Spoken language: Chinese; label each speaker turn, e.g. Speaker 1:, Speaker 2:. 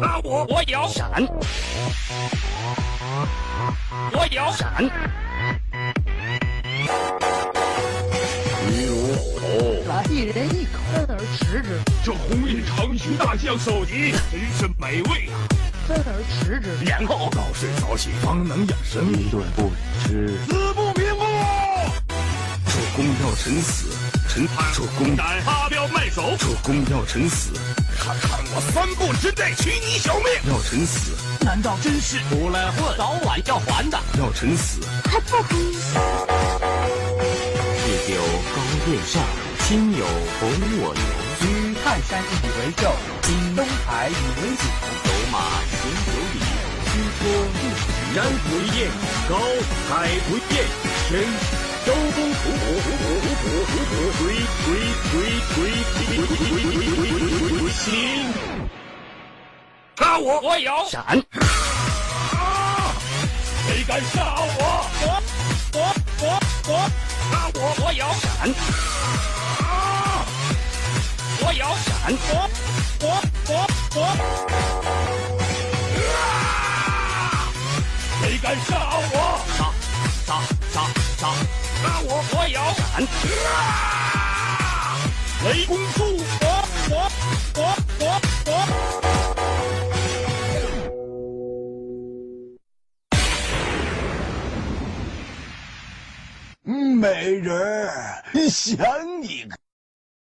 Speaker 1: 啊，我我有
Speaker 2: 闪，
Speaker 1: 我有
Speaker 2: 闪，
Speaker 3: 一如狗
Speaker 2: 来一人一口，分而食之，
Speaker 1: 这红熨长须大将手艺真是美味啊！
Speaker 2: 分而食之。
Speaker 1: 然后早睡早起方能养神，
Speaker 3: 一顿不吃，
Speaker 1: 死不瞑目。
Speaker 3: 主公要臣死，臣怕主公打；
Speaker 1: 敢发飙卖首，
Speaker 3: 主公要臣死，
Speaker 1: 看看我三步之内取你小命！
Speaker 3: 要臣死，
Speaker 1: 难道真是出来混，早晚要还的？
Speaker 3: 要臣死。
Speaker 4: 日有高对上，亲友同我游。
Speaker 5: 居泰山以为窖，居东海以为井。
Speaker 4: 走马行九里，
Speaker 1: 山不厌高，海不厌深，周公吐哺，回回回回回回回回心。杀我！我有啊
Speaker 2: 闪，
Speaker 1: 谁敢杀我？我我我我杀我！我有
Speaker 2: 闪，
Speaker 1: 我有
Speaker 2: 闪，
Speaker 1: 我我我我。谁敢杀我？杀杀杀杀！杀我！我有
Speaker 2: 闪，
Speaker 1: 雷公柱！我我我我我！
Speaker 5: 美人儿，想你个。